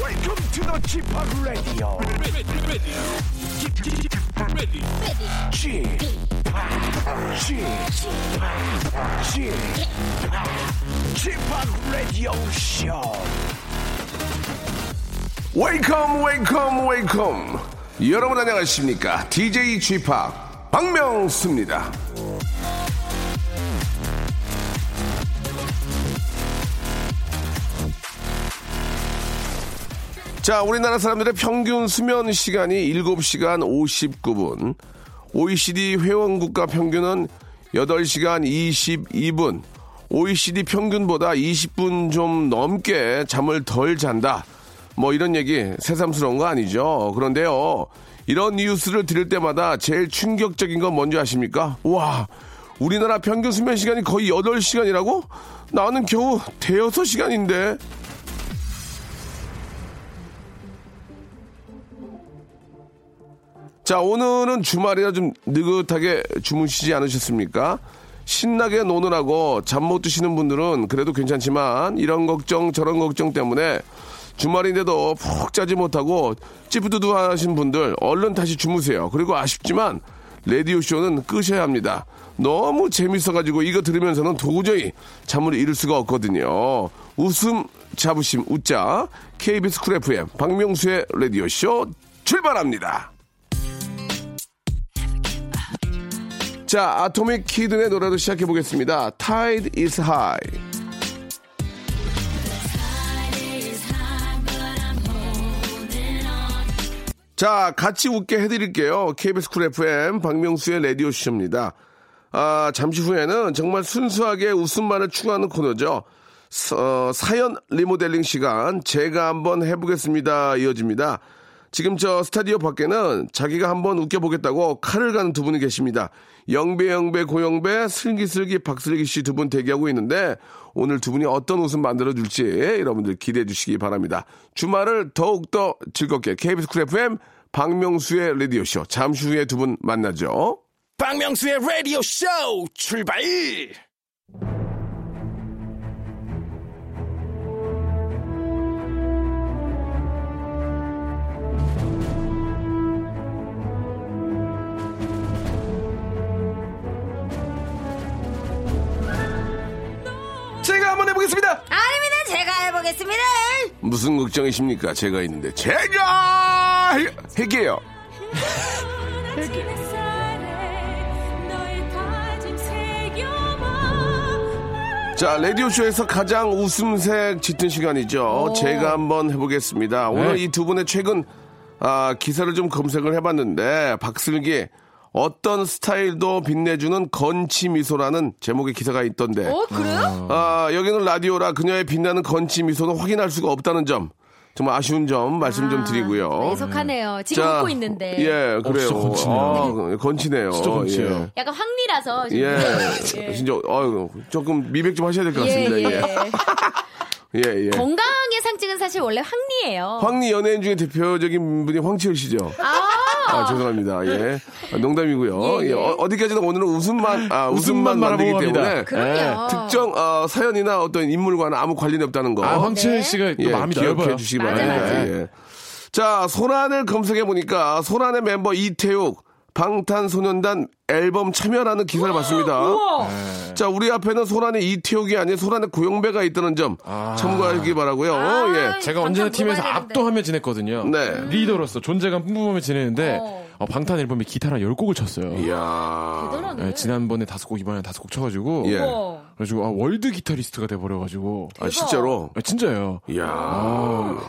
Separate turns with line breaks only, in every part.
Welcome to the g p o p Radio.
ready, ready, ready,
g p o p g p g p o p Radio Show.
웨이컴 웨이컴 웨이컴 여러분 안녕하십니까 DJ g p o p 박명수입니다 자 우리나라 사람들의 평균 수면 시간이 7시간 59분 OECD 회원국가 평균은 8시간 22분 OECD 평균보다 20분 좀 넘게 잠을 덜 잔다 뭐 이런 얘기 새삼스러운 거 아니죠. 그런데요. 이런 뉴스를 들을 때마다 제일 충격적인 건 뭔지 아십니까? 와, 우리나라 평균 수면 시간이 거의 8시간이라고? 나는 겨우 대여섯 시간인데. 자, 오늘은 주말이라 좀 느긋하게 주무시지 않으셨습니까? 신나게 노느라고 잠 못 드시는 분들은 그래도 괜찮지만 이런 걱정 저런 걱정 때문에 주말인데도 푹 자지 못하고 찌뿌두두 하신 분들 얼른 다시 주무세요. 그리고 아쉽지만 라디오 쇼는 끄셔야 합니다. 너무 재밌어가지고 이거 들으면서는 도저히 잠을 이룰 수가 없거든요. 웃음 자부심 웃자 KBS 쿨 FM 박명수의 라디오 쇼 출발합니다. 자, 아토믹 키드의 노래로 시작해 보겠습니다. Tide is high. 자, 같이 웃게 해드릴게요. KBS 쿨 FM 박명수의 라디오쇼입니다. 아, 잠시 후에는 정말 순수하게 웃음만을 추구하는 코너죠. 서- 어, 사연 리모델링 시간 제가 한번 해보겠습니다. 이어집니다. 지금 저 스타디오 밖에는 자기가 한번 웃겨보겠다고 칼을 가는 두 분이 계십니다. 영배, 영배, 고영배, 슬기슬기, 박슬기 씨 두 분 대기하고 있는데 오늘 두 분이 어떤 웃음 만들어줄지 여러분들 기대해 주시기 바랍니다. 주말을 더욱더 즐겁게 KBS 쿨 FM 박명수의 라디오쇼 잠시 후에 두 분 만나죠.
박명수의 Radio Show 출발.
제가 한번 해보겠습니다.
아닙니다. 제가 해보겠습니다.
무슨 걱정이십니까? 제가 있는데 제가 할- 할게요. 자, 라디오쇼에서 가장 웃음색 짙은 시간이죠. 제가 한번 해보겠습니다. 오늘 이 두 분의 최근 아, 기사를 좀 검색을 해봤는데, 박슬기, 어떤 스타일도 빛내주는 건치 미소라는 제목의 기사가 있던데,
어, 그래요?
아, 여기는 라디오라 그녀의 빛나는 건치 미소는 확인할 수가 없다는 점, 정말 아쉬운 점 말씀 음, 좀 드리고요.
애석하네요. 지금
자,
웃고 있는데.
예,
어,
그래요.
진짜 건치네요.
아, 건치네요.
진짜 건치예요.
약간 황리라서.
예.
지금.
예. 진짜, 어유 조금 미백 좀 하셔야 될 것 같습니다. 예, 예. 예,
건강의 상징은 사실 원래 황리예요.
황리 연예인 중에 대표적인 분이 황치열 씨죠.
아,
아, 죄송합니다. 예. 아, 농담이고요.
예, 예.
예, 어, 어디까지나 오늘은 웃음만, 아, 웃음만
웃음만
만들기
말아보고
때문에.
합니다.
그럼요.
특정, 어, 사연이나 어떤 인물과는 아무 관련이 없다는 거.
아,
네.
황채 씨가 또
예,
마음이
기억해
넓어요.
주시기
맞아,
바랍니다.
맞아.
예. 자, 소란을 검색해 보니까 소란의 멤버 이태욱 방탄소년단 앨범 참여라는 기사를 봤습니다.
어?
네. 자, 우리 앞에는 소란의 이태욱이 아닌 소란의 고영배가 있다는 점
아.
참고하시기 바라고요. 어, 예.
제가 언제나
방탄 물어봐야
팀에서
아, 되는데.
압도하며 지냈거든요.
네.
리더로서 존재감 뿜뿜하며 지냈는데
어.
어, 방탄 앨범에 기타랑 열 곡을 쳤어요.
예. 이야.
대단하네. 어.
예, 지난번에 다섯 곡 이번에 다섯 곡 쳐가지고
예.
우와.
그래가지고 아, 월드 기타리스트가 돼버려가지고
아, 실제로.
아, 진짜예요.
이야.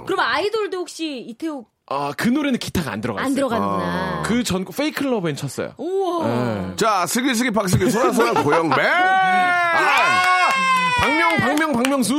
그럼 아이돌도 혹시 이태욱
아 그 노래는 기타가 안
아,
들어갔어요.
안 들어가는구나.
그 전 페이크 러브엔 쳤어요.
우와.
예.
자, 슬기슬기 박슬기 소란 소란 고영배.
네.
박명 박명 박명수.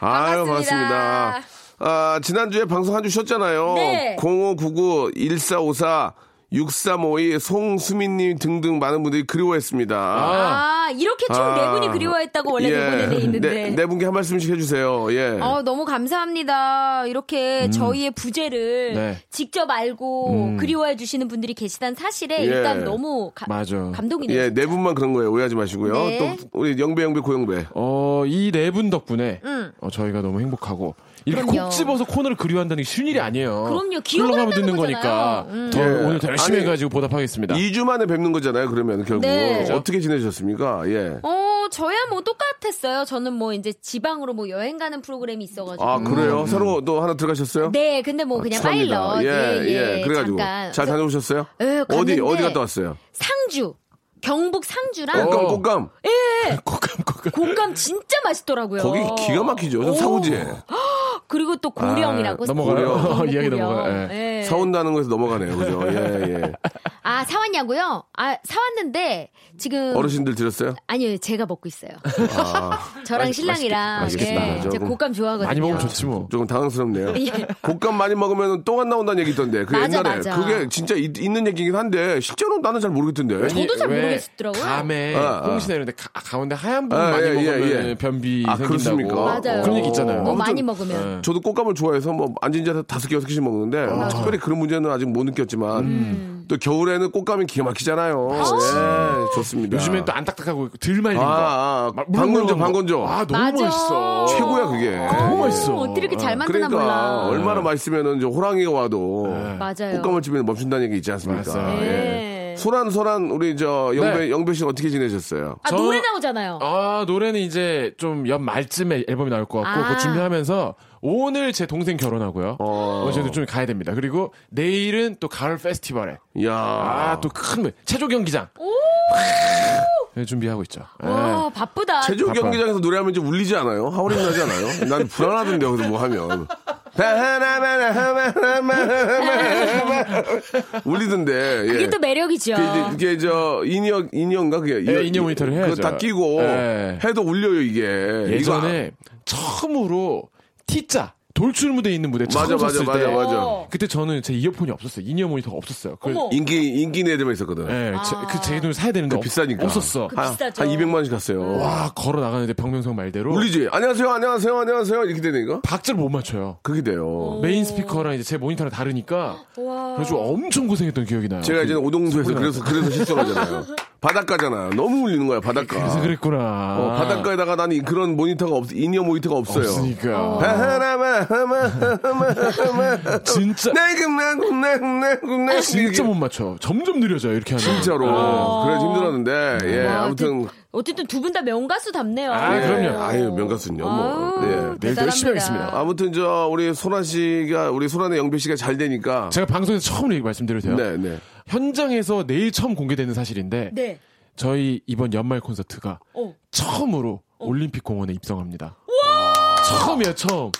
아유,
반갑습니다.
반갑습니다. 아, 지난주에 방송 한 주 쉬었잖아요.
네.
0599, 1454, 6352, 송수민님 등등 많은 분들이 그리워했습니다.
아, 이렇게 총 네 분이 그리워했다고 원래 네 분에 돼 있는데.
예. 네, 네 분께 한 말씀씩 해주세요. 예.
어, 너무 감사합니다. 이렇게
음.
저희의 부재를
네.
직접 알고 그리워해 주시는 분들이 계시다는 사실에
예.
일단 너무 가-
맞아.
감동이네요.
예, 네 분만 그런 거예요. 오해하지 마시고요.
네.
또, 우리 영배, 영배, 고영배.
어, 이 네 분 덕분에
음.
어, 저희가 너무 행복하고 이렇게
그럼요.
콕 집어서 코너를 그리워한다는 게 쉬운 일이 아니에요.
그럼요. 기억을
흘러가면
한다는
듣는 거니까
거잖아요. 음.
더
예.
오늘 더 열심히
아니,
해가지고 보답하겠습니다.
2주 만에 뵙는 거잖아요, 그러면 결국. 그렇죠.
네.
어떻게 지내셨습니까? 예.
어, 저야 뭐 똑같았어요. 저는 뭐 이제 지방으로 뭐 여행 가는 프로그램이 있어가지고.
아, 그래요? 새로 또 하나 들어가셨어요?
음. 네, 근데 뭐 그냥
축하합니다.
파일럿.
예, 예, 그래가지고.
잠깐.
잘 다녀오셨어요?
예,
어디,
갔는데
어디 갔다 왔어요?
상주. 경북 상주랑
꽃감, 꽃감.
콕감 콕감.
곶감 진짜 맛있더라고요.
거기 기가 막히죠. 저
어. 오.
사우지에.
그리고 또 고령이라고.
아, 넘어가요.
고령,
이야기
고령.
넘어가요.
예.
사온다는 거에서 넘어가네요. 그죠? 예,
아, 사왔냐고요? 아, 사왔는데 지금
예. 어르신들 드렸어요?
아니요, 제가 먹고 있어요.
아,
저랑 신랑이랑
맛있겠다.
예, 제가
조금
곶감 좋아하거든요.
많이 먹으면 좋지 뭐.
조금 당황스럽네요.
예.
곶감 많이 먹으면 똥 안 나온다는 얘기 있던데. 그
맞아,
옛날에.
맞아.
그게 진짜 있, 는 얘기긴 한데, 실제로 나는 잘 모르겠던데.
저도 잘
왜
모르겠더라고요.
감에
아, 아.
꽁시나 이런데 가, 가운데 하얀 부분
아,
많이
예, 예,
먹으면
예.
변비
아,
생긴다고. 어,
그렇습니까?
맞아요.
그런 얘기 있잖아요.
뭐
아무튼-
많이 먹으면.
예.
저도 꽃감을 좋아해서 뭐 앉은 지 다섯 개, 여섯 개씩 먹는데,
아,
뭐 특별히 그런 문제는 아직 못 느꼈지만,
음.
또 겨울에는 꽃감이 기가 막히잖아요. 예, 좋습니다.
요즘엔 또 안 딱딱하고 덜 말린
아,
거.
아,
막
방건조,
물렁물렁한 거.
방건조.
아 너무
맞아.
맛있어.
최고야, 그게.
너무 맛있어.
어떻게 이렇게 잘 만드나
그러니까
몰라.
얼마나 맛있으면은 이제 호랑이가 와도
맞아요.
꽃감을 집에 멈춘다는 얘기 있지 않습니까?
네. 맞아요.
예.
소란 소란 우리 저 영배
네.
영배 씨는 어떻게 지내셨어요?
아,
저-
노래 나오잖아요.
아 노래는 이제 좀 연 말쯤에 앨범이 나올 것 같고
아.
그거 준비하면서 오늘 제 동생 결혼하고요.
어.
어, 저도 좀 가야 됩니다. 그리고 내일은 또 가을 페스티벌에
야,
아또큰 체조 경기장 예, 준비하고 있죠.
어,
예.
와, 바쁘다.
체조
바빠.
경기장에서 노래하면 좀 울리지 않아요? 하울이 나지 않아요? 난 불안하던데 여기서 뭐 하면 울리던데. 예.
그게 또 매력이죠.
그게 이제- 이게 저 인형 인형가 그게
예, 인형 모니터를 해야죠.
그거 다 끼고
예.
해도 울려요 이게.
예전에
아.
처음으로 T자 돌출 무대에 있는 무대
이거 아-
처음
맞아 맞아
섰을
맞아
때
맞아.
어.
그때 저는 제 이어폰이 없었어요. 인이어 모니터가 없었어요. 그
뭐
어머.
인기 인기 내대만 있었거든.
예, 제, 그제 돈을 사야 되는데
그러니까 비싸니까.
없었어.
그
한, 한
비싸죠. 음.
200만 원씩 갔어요.
와 걸어 나가는데 박명성 말대로
울리지? 안녕하세요, 안녕하세요, 안녕하세요. 이렇게 되니까?
박자를 못 맞춰요.
그게
어.
돼요.
메인 스피커랑 이제 제 모니터랑 다르니까
와.
그래서 엄청 고생했던 기억이 나요.
제가 이제 오동수에서 그래서, 그래서 실수하잖아요. 바닷가잖아요. 너무 울리는 거야, 바닷가.
그래서 그랬구나.
어, 바닷가에다가 나는 그런 모니터가 없, 인이어 모니터가 없어요. 아.
없으니까
바하라마, 하마, 하마, 하마.
진짜
내금, 내금, 내금, 내금, 내금.
아, 진짜
이게
못 맞춰. 점점 느려져 이렇게 하면.
진짜로.
아.
그래서 힘들었는데, 예,
와,
아무튼.
어쨌- 어쨌든 두 분 다 명가수답네요.
아,
예,
그럼요.
아유, 명가수는요, 뭐.
아유,
예.
내일도 열심히 하겠습니다.
아무튼 저, 우리 소라 씨가, 우리 소란의 영배 씨가 잘 되니까.
제가 방송에서 처음 얘기 말씀드려도 돼요.
네, 네.
현장에서 내일 처음 공개되는 사실인데
네.
저희 이번 연말 콘서트가
어.
처음으로 올림픽 공원에 입성합니다. 처음이야 처음.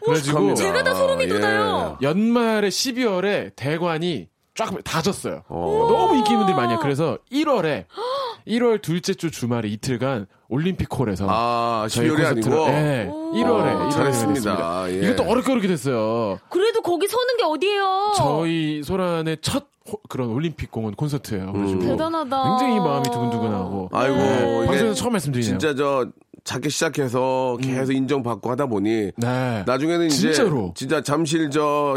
그래가지고
축하합니다.
제가 다 소름이
예.
돋아요.
연말에 12월에 대관이 쫙 다졌어요. 너무 인기 있는 분들이 많아요. 그래서 1월에 1월 둘째 주 주말에 이틀간 올림픽홀에서
아,
저희
12월이
콘서트를-
아니고.
예, 1월에
잘했습니다. 예.
이것도 어렵게 어렵게 됐어요.
그래도 거기 서는 게 어디예요?
저희 소란의 첫 호- 그런 올림픽 공원 콘서트예요. 그래가지고
음.
어,
대단하다.
굉장히 마음이 두근두근하고. 네.
아이고, 이게
방송에서 처음 말씀드리네요.
진짜 저 작게 시작해서 계속 인정받고 하다 보니
음. 네.
나중에는 이제
진짜로.
진짜 잠실 저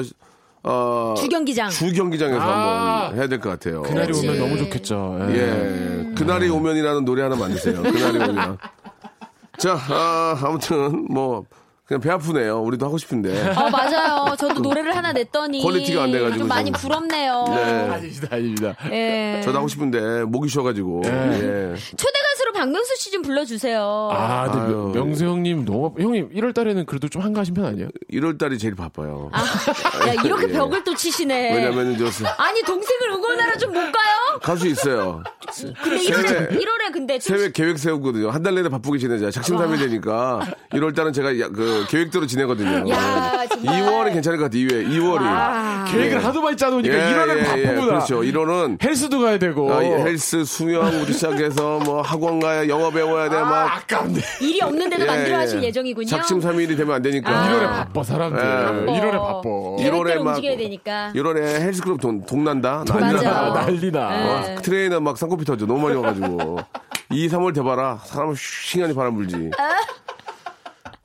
어,
주경기장.
주경기장에서
아.
한번 해야 될 것 같아요.
그날이
그렇지.
오면 너무 좋겠죠. 예.
예, 그날이 오면이라는 노래 하나 만드세요. 그날이 오면. 자, 아, 아무튼 뭐 그냥 배 아프네요. 우리도 하고 싶은데.
아 맞아요. 저도 노래를 하나 냈더니
퀄리티가 안 돼가지고
좀 많이
좀-
부럽네요.
네.
아닙니다, 아닙니다. 네.
예.
저도 하고 싶은데 목이 쉬어가지고. 예.
초대 가수로 박명수 씨 좀 불러주세요.
아, 근데
아유.
명- 명수 형님 너무 형님 1월 달에는 그래도 좀 한가하신 편 아니에요?
1월 달이 제일 바빠요.
야, 이렇게
예.
벽을 또 아, 치시네.
왜냐면 저
아니, 동생을 응원하러 좀 못 가요?
가수 있어요.
근데
세례.
1월에, 1월에 근데 좀
세회 계획 세우거든요. 한 달 내내 바쁘게 지내자. 작심삼일 되니까 1월 달은 제가 야- 그 계획대로 지내거든요.
야, 정말.
2월이 괜찮을 것 같아요. 2월, 2월이.
아.
계획을
예.
하도 그러니까 많이 짜놓으니까 1월은 바쁘구나. 어.
그렇죠. 1월은 아,
헬스도 가야 되고.
헬스, 수영부터 시작해서 뭐 학원 가야 영어 배워야 돼. 막
아, 깝네
일이 없는데도
예,
만들어
예.
하실 예정이군요.
작심삼일이 되면 안 되니까.
1월에 아.
아.
바빠 사람들.
예.
1월에 바빠.
일월에 예.
계획대로
막-
움직여야 되니까.
1월에 헬스클럽 돈, 동난다?
맞아.
아, 난리나.
네.
와, 그 트레이너 막 쌍꺼풀 터져. 너무 많이 와가지고. 2, 3월 돼봐라. 사람은 싱하니 바람 불지.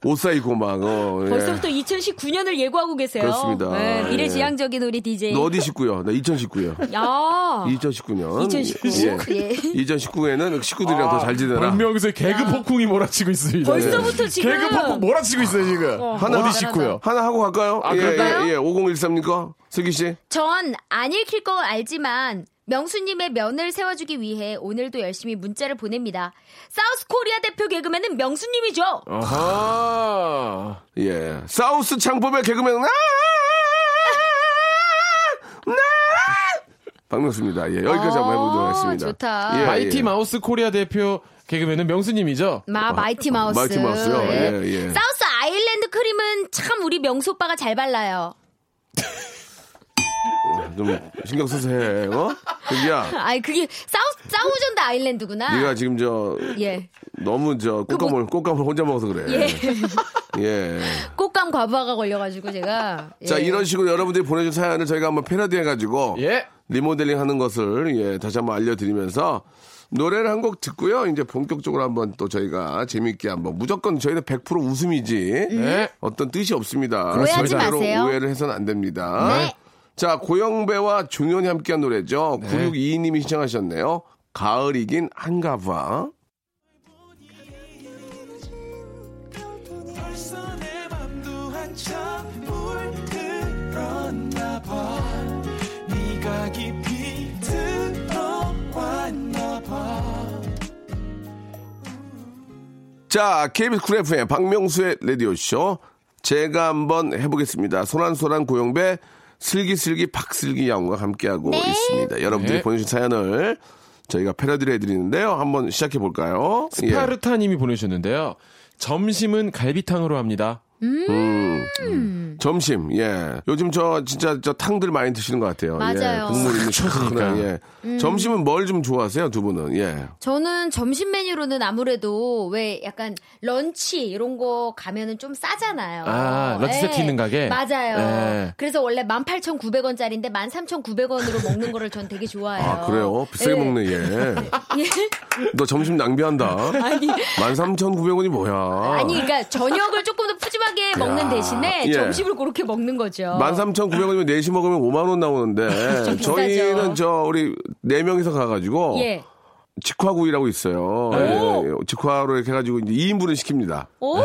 오사이 고막. 어, 예.
아. 벌써부터 2019년을 예고하고 계세요.
그렇습니다.
네,
예.
미래지향적인 우리 DJ.
너 어디 19요? 나 2019요.
야.
2019년.
2019. 예.
2019에는 그 식구들이랑 더 잘 지내라.
박명수의 개그 폭풍이 몰아치고 있습니다.
벌써부터 지금.
개그
뭐
폭풍 몰아치고 있어요 지금.
하나
어디 씻고요?
하나 하고 갈까요?
아,
예,
그럴까요?
예, 예. 5013니까 슬기 씨.
전 안 읽힐 거 알지만 명수님의 면을 세워주기 위해 오늘도 열심히 문자를 보냅니다. 사우스 코리아 대표 개그맨은 명수님이죠.
어?
아하.
예. 사우스 창법의 개그맨. 아! 나! 박명수입니다. 예, 여기까지 한번 해보도록
아,
하겠습니다.
좋다.
예,
마이티
예.
마우스 코리아 대표 개그맨은 명수님이죠.
마 마이티 마우스.
아, 마이티 마우스요?
예.
예, 예.
사우스 아일랜드 크림은 참 우리 명수 오빠가 잘 발라요.
좀 신경 써서 해. 어? 슬기야.
아이 그게 사우스 사우전드 아일랜드구나.
네가 지금 저
예.
너무 저 꽃감을 꽃감을 혼자 먹어서 그래.
그 뭐- 예.
예.
꽃감 과부하가 걸려가지고 제가. 예.
자 이런 식으로 여러분들이 보내준 사연을 저희가 한번 패러디 해가지고
네.
예.
리모델링 하는 것을 예, 다시 한번 알려드리면서 노래를 한 곡 듣고요. 이제 본격적으로 한번 또 저희가 재미있게 한번 무조건 저희는 100% 웃음이지
예.
어떤 뜻이 없습니다.
네. 오해하지
절대로
마세요.
오해를 해서는 안 됩니다.
네.
자 고영배와 종현이 함께한 노래죠. 9622님이 신청하셨네요. 가을이긴 한가봐.
벌써 내 맘도 한참 물들었나봐 네가 깊이 들어왔나봐
자, KBS 쿨 FM 박명수의 라디오쇼. 제가 한번 해보겠습니다. 소란소란 고용배, 슬기슬기 박슬기 양과 함께하고 있습니다. 여러분들이
네.
보내주신 사연을 저희가 패러디를 해드리는데요. 한번 시작해볼까요? 예.
스파르타님이 보내주셨는데요. 점심은 갈비탕으로 합니다.
점심, 예. 요즘 저 진짜 저 탕들 많이 드시는 것 같아요.
맞아요.
예. 국물 있는
쳐지니까.
시원한, 예. 점심은 뭘 좀 좋아하세요, 두 분은? 예.
저는 점심 메뉴로는 아무래도 왜 약간 런치 이런 거 가면은 좀 싸잖아요.
아, 런치
예.
세트 있는 가게?
맞아요.
네.
예.
그래서 원래 18,900원짜리인데 13,900원으로 먹는 거를 전 되게 좋아해요.
아, 그래요? 비싸게
예.
먹네, 예.
예.
너 점심 낭비한다.
아니.
13,900원이 뭐야?
아니, 그러니까 저녁을 조금 더 푸짐하게 먹는 대신에
예.
점심을 그렇게 먹는 거죠.
13,900원이면 4시 먹으면 5만 원 나오는데
아, 비싸죠.
저희는 저 우리 네명이서 가가지고
예.
직화구이라고 있어요. 예, 예. 직화로 이렇게 해가지고 이제 2인분을 시킵니다.
오!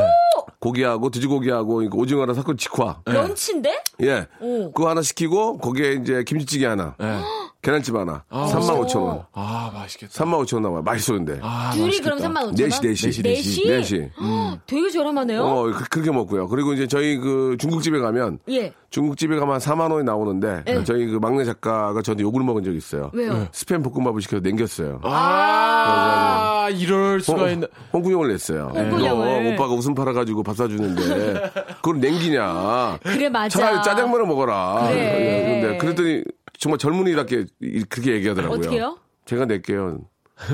고기하고 돼지고기하고 이거 오징어랑 섞은 직화.
런치인데?
예.
오.
그거 하나 시키고 거기에 이제 김치찌개 하나,
예.
계란찜 하나.
아,
3만 5천 원.
아 맛있겠다.
3만 5천 원 나와요. 맛있어 근데.
아,
둘이
맛있겠다.
그럼 35,000원?
네 시, 네 시.
시, 네
네 시?
네 시.
헉, 되게 저렴하네요.
어, 그- 그렇게 먹고요. 그리고 이제 저희 그 중국집에 가면
예.
중국집에 가면 한 4만 원이 나오는데 저희 그 막내 작가가 저한테 욕을 먹은 적이 있어요.
왜요? 네.
스팸 볶음밥을 시켜서 냉겼어요.
아.
아, 이럴 수가 있나.
홍군형을 냈어요.
홍군형을.
너 오빠가 웃음 팔아가지고 밥 사주는데 그걸 냉기냐?
그래, 맞아.
차라리 짜장면을 먹어라.
그래.
예, 근데 그랬더니 정말 젊은이답게 이- 그렇게 얘기하더라고요.
어떻게요?
제가 낼게요.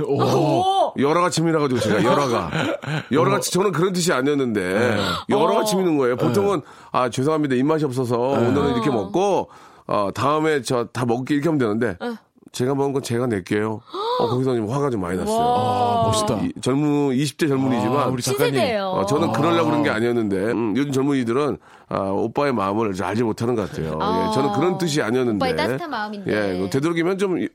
오!
열화가 치밀어가지고 제가 열화가 열화가 치- 저는 그런 뜻이
어.
아니었는데 열화가 치미는 거예요. 보통은
네.
아 죄송합니다 입맛이 없어서 오늘은 이렇게 먹고 어, 다음에 저 다 먹게 이렇게 하면 되는데 제가 먹은 건 제가 낼게요. 어, 거기서 좀 화가 좀 많이 났어요.
아, 멋있다.
이- 젊은 20대 젊은이지만
아, 우리 작가님.
신세대예요.
어, 저는 그러려고 그런 게 아니었는데 음, 요즘 젊은이들은 아, 오빠의 마음을 잘 알지 못하는 것 같아요.
아.
예, 저는 그런 뜻이 아니었는데
오빠의 따뜻한 마음인데.
예, 그 되도록이면 좀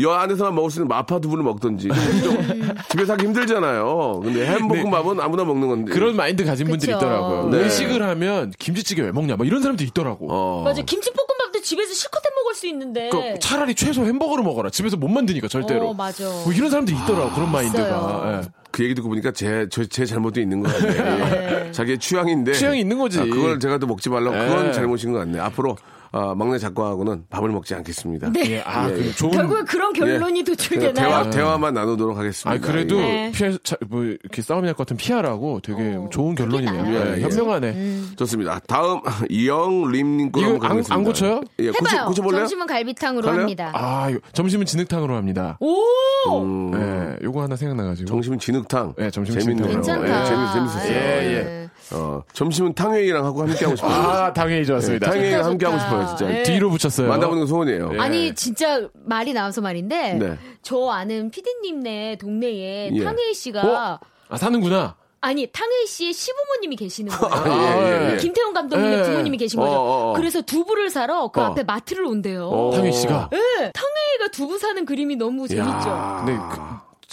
여 안에서만 먹을 수 있는 마파 두부를 먹든지 좀 집에서 하기 힘들잖아요. 근데 햄볶음밥은 아무나 먹는 건데
네. 그런 마인드 가진 분들이
그쵸.
있더라고요.
네.
외식을 하면 김치찌개 왜 먹냐? 막 이런 사람도 있더라고.
어,
맞아. 김치볶음밥도 집에서 실컷 해 먹을 수 있는데.
그러니까 차라리 최소 햄버거를 먹어라. 집에서 못 만드니까 절대로.
네. 어, 맞아. 아,
뭐 이런 사람도 있더라고. 그런 마인드가.
있어요.
예.
그 얘기 듣고 보니까 제 제 잘못도 있는 것 같아요.
네.
예. 자기의 취향인데
취향이 있는 거지.
아, 그걸 제가 또 먹지 말라고 그건
예.
잘못인 것 같네. 앞으로 아, 막내 작가하고는 밥을 먹지 않겠습니다.
네.
예, 아, 그 좋은
결국에 그런 결론이
예. 그냥
도출되나요?
대화 대화만 나누도록 하겠습니다.
아 그래도
예.
네. 어,
피해 자, 뭐 이렇게 싸움이 날 것 같은 피하라고 되게 좋은 결론이네요.
나아요. 음.
예,
예, 예.
현명하네.
좋습니다. 다음 이영림님 거
이거
한번
안-
가보겠습니다.
안 고쳐요?
예,
해봐요.
고쳐, 고쳐볼래요?
점심은 갈비탕으로
갈래요?
합니다.
아 이거 점심은 진흙탕으로 합니다.
오!
음,
예, 요거 하나 생각나가지고.
점심은 진흙탕.
예, 점심은
재밌네요.
진흙탕.
괜찮다.
예, 재밌 재밌었어요.
예, 예.
어, 점심은 탕웨이랑 하고 함께 하고 싶어요.
아 당연히
예,
좋았습니다.
탕웨이랑
좋다,
함께 하고
좋다.
싶어요, 진짜.
예.
뒤로 붙였어요.
만나보는 건 소원이에요.
예.
아니 진짜 말이 나와서 말인데
네.
저 아는 피디님네 동네에
예.
탕웨이 씨가
아 사는구나.
아니 탕웨이 씨의 시부모님이 계시는 거예요.
아, 예, 예, 예.
김태훈 감독님의
예.
부모님이 계신
어,
거죠.
어, 어.
그래서 두부를 사러 그
어.
앞에 마트를 온대요.
어.
탕웨이 씨가.
네, 탕웨이가 두부 사는 그림이 너무 재밌죠.
근데 그-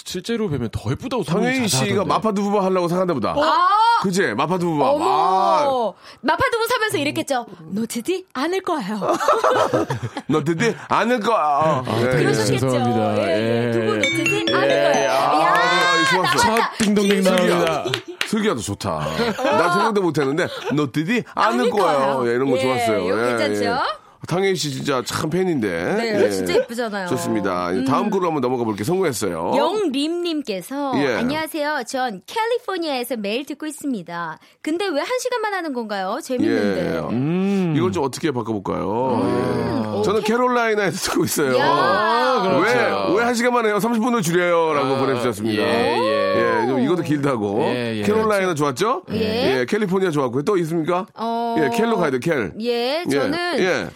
실제로 뵈면 더 예쁘다고
성혜인 씨가 마파두부바 하려고 생각한다 보다.
아,
그제 마파두부바. 아,
어머, 마파두부 사면서 이랬겠죠. 놓치지 않을 거예요.
너 드디 아는 거. 아, 예, 예.
그러셨겠죠.
죄송합니다.
예,
예.
예. 두부 놓치지
예,
않을
예.
거예요.
아,
야,
네, 좋았어.
차 띵동댕
슬기야,
나옵니다.
슬기야도 좋다. 나 생각도 못했는데 너 드디 아는
아는
거예요.
어. 거예요.
예, 이런 거
예,
좋았어요.
이거 괜찮죠?
탕혜인 씨 진짜 참 팬인데.
네, 진짜 예쁘잖아요.
좋습니다. 예, 다음 곡으로 한번 넘어가 볼게요. 성공했어요.
영림님께서
예.
안녕하세요. 전 캘리포니아에서 매일 듣고 있습니다. 근데 왜 한 시간만 하는 건가요? 재밌는데.
예. 이걸 좀 어떻게 바꿔볼까요? 예. 저는 캐롤라이나에서 쓰고 있어요.
어, 야.
그렇죠.
왜, 왜 한 시간만 해요? 30분을 줄여요? 라고
아,
보내주셨습니다.
예, 예.
예, 좀 이것도 길다고.
예, 예.
캐롤라이나 좋았죠?
예.
캘리포니아 좋았고요. 또 있습니까?
어.
예, 캘로 가야 돼, 캘.
예,
예,
저는
예.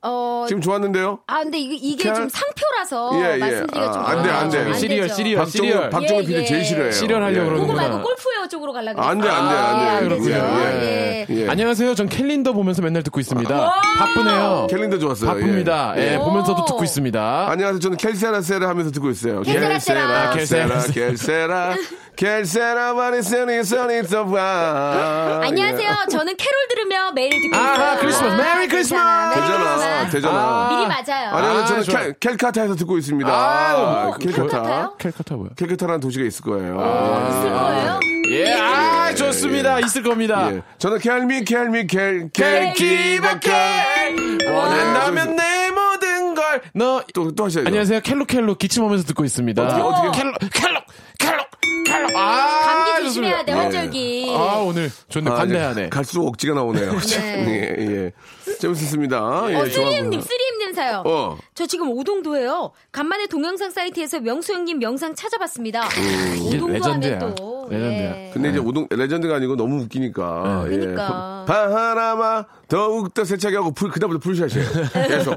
어.
지금 좋았는데요?
아 근데 이게, 이게
캘-
좀 상표라서
예, 예.
말씀드리기가
아,
좀
안 돼, 안 돼.
어려워요.
시리얼,
되죠.
시리얼.
박정훈,
시리얼.
박정훈
예,
PD
예.
제일 싫어해요.
시리얼 하려고
예.
그거
그러는구나.
말고 골프웨어 쪽으로 가려고
안 돼, 안 돼, 안 돼.
아,
예,
그렇군요.
예, 예. 예.
안녕하세요. 전 캘린더 보면서 맨날 듣고 있습니다. 바쁘네요.
캘린더 좋았어요.
바쁩니다.
예.
예,
예.
보면서도 듣고 있습니다.
안녕하세요. 저는 켈세라세라 하면서 듣고 있어요.
아,
켈세라세라.
켈세라, 켈세라, 켈세라, 많이 쓰니 쓰니 써봐. 예.
안녕하세요. 저는 캐롤 들으며 매일 듣고
예. 아하,
있어요.
크리스마스. 메리 크리스마스.
되잖아, 되잖아.
미리 맞아요. 어,
안녕하세요.
아,
저는
좋아.
켈, 켈카타에서 듣고 있습니다.
아,
뭐, 켈카타요?
캘카타 뭐야?
켈카타라는 도시가 있을 거예요.
아.
있을 거예요?
예, 아, 좋습니다. 있을 겁니다.
예. 저는 켈미, 켈미, 켈,
캘키바켈 원한다면
아, 네.
내 모든 걸너
또, 또 하셔야 돼요.
안녕하세요. 캘로캘로 기침하면서 듣고 있습니다.
어떻게- 아,
캘로 캘로 캘로 캘로 아
감기
좋습니다.
조심해야 돼. 환절기.
아 오늘 좋네.
아, 이제
관대하네.
갈수록 억지가 나오네요.
네.
예, 예. 재밌었습니다. 예,
어,
좋았고요.
쓰리엠님, 쓰리엠님 사요.
어.
저 지금 오동도예요. 간만에 동영상 사이트에서 명수 형님 영상 찾아봤습니다.
이게
오동도
레전드야.
하면 또.
레전드야.
예.
음, 근데 이제 오동 레전드가 아니고 너무 웃기니까.
네.
예.
그러니까.
바하나마 더욱 더 세차게 하고 풀 그다음부터 풀샷이에요. 계속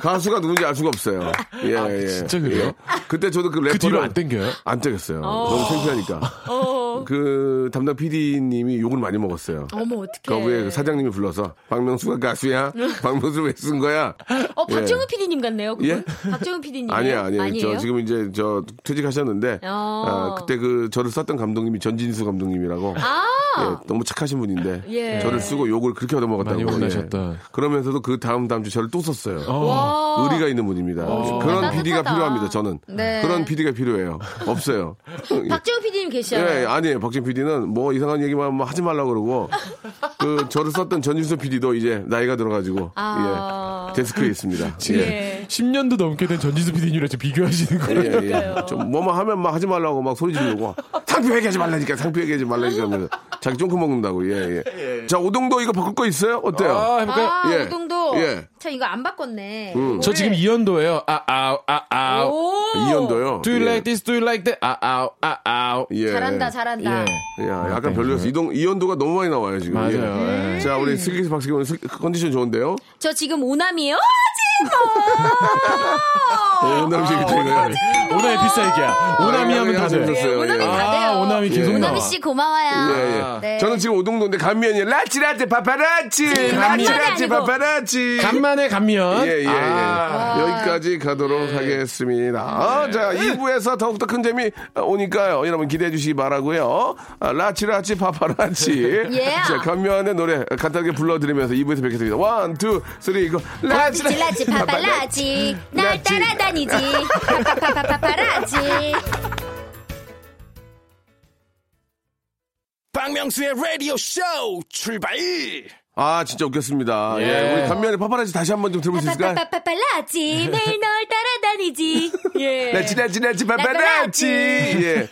가수가 누군지 알 수가 없어요. 예, 예.
아, 진짜 그래요?
예. 그때 저도 그 래퍼를
그 뒤로 안 땡겨요?
안 땡겼어요. 너무 창피하니까.
어.
그 담당 PD님이 욕을 많이 먹었어요.
어머, 어떡해.
거기에 그 사장님이 불러서 박명수가 가수야? 박명수 왜 쓴 거야?
어, 박정은 PD님 같네요. 그분?
예?
박정은 PD님.
아니에요, 아니에요.
아니에요?
저 지금 이제 저 퇴직하셨는데
어.
아, 그때 그 저를 썼던 감독님이 전진수 감독님이라고
아!
예, 너무 착하신 분인데
예.
저를 쓰고 욕을 그렇게 얻어먹었다고
많이
예.
혼나셨다.
그러면서도 그 다음 다음 주 저를 또 썼어요.
와.
의리가 있는 분입니다. 그런
따뜻하다.
PD가 필요합니다. 저는
어. 네.
그런 PD가 필요해요. 없어요.
박정은 PD님 계시잖아요.
예, 아니에요. 박진 PD는 뭐 이상한 얘기만 뭐 하지 말라 고 그러고 그 저를 썼던 전진수 PD도 이제 나이가 들어가지고
아.
예, 데스크에 있습니다.
예.
10년도 넘게 된 전지수 PD님이랑 지금 비교하시는 거예요.
예, 예. 좀 뭐만 하면 막 하지 말라고 막 소리 지르고 상표 얘기하지 말라니까 상표 얘기하지 말라니까 하면서 자기 쫑크 먹는다고 예, 예. 자 오동도 이거 바꿀 거 있어요? 어때요?
아, 해볼까요?
아,
예.
오동도.
예. 음.
참 이거 안 바꿨네.
저 지금 2연도예요. 아, 아우, 아, 아우.
오!
이연도요.
Do you
예.
like this? Do you like that? 아, 아우, 아, 아우.
예.
잘한다, 잘한다.
예.
야, 약간 별로였어. 이동 이연도가 너무 많이 나와요 지금.
맞아요.
예.
예.
자 우리 슬기스 박슬기 오늘 슬- 컨디션 좋은데요?
저 지금 오남이에요.
어.
오지마!
오늘 예, 음식 저희가
아.
오남이 비싸이기야. 오남이 하면 다
예,
돼요.
재밌었어요.
오남이
예.
다 돼요.
아, 오남이 계속
예.
나와.
오남이 씨 고마워요.
예, 예.
네.
저는 지금 오동도인데 감면이 라치 라치 파파라치 라치 라치
아니고.
파파라치
간만에 감면.
예, 예, 예.
아.
여기까지 가도록
예.
하겠습니다. 아, 자, 2부에서 더욱더 큰 재미 오니까요. 여러분 기대해 주시기 바라고요 아, 라치라치 파파라치.
예.
자, 감면의 노래 간단하게 불러드리면서 2부에서 뵙겠습니다. 원, 투, 쓰리, 이거.
찔라지 파발라지 날
예. 아, 라지.
따라다니지 파파파파파라지
박명수의 라디오 쇼 출발!
아, 진짜 웃겼습니다. 예.
예.
우리 감면의 파파라치 다시 한번 좀 들어볼 수 있을까요?
파파파파파라지 매일 널 따라다니지 예.
라치라치 라치 파파라치.
파파라치.
예.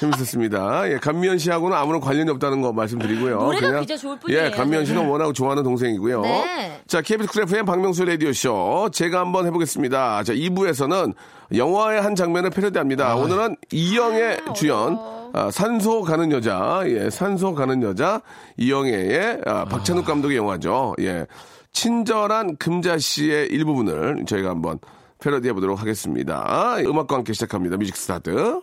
재밌었습니다. 예, 감면 씨하고는 아무런 관련이 없다는 거 말씀드리고요.
노래가 그저 좋을 뿐이에요.
예, 감면 씨는 워낙 좋아하는 동생이고요.
네.
자, KBS 쿨 FM 박명수 라디오쇼. 제가 한번 해보겠습니다. 자, 2부에서는 영화의 한 장면을 패러디합니다. 오늘은 이영애 주연. 아, 산소 가는 여자, 예, 산소 가는 여자, 이영애의, 아, 박찬욱 감독의 영화죠. 예. 친절한 금자 씨의 일부분을 저희가 한번 패러디해 보도록 하겠습니다. 음악과 함께 시작합니다. 뮤직 스타트.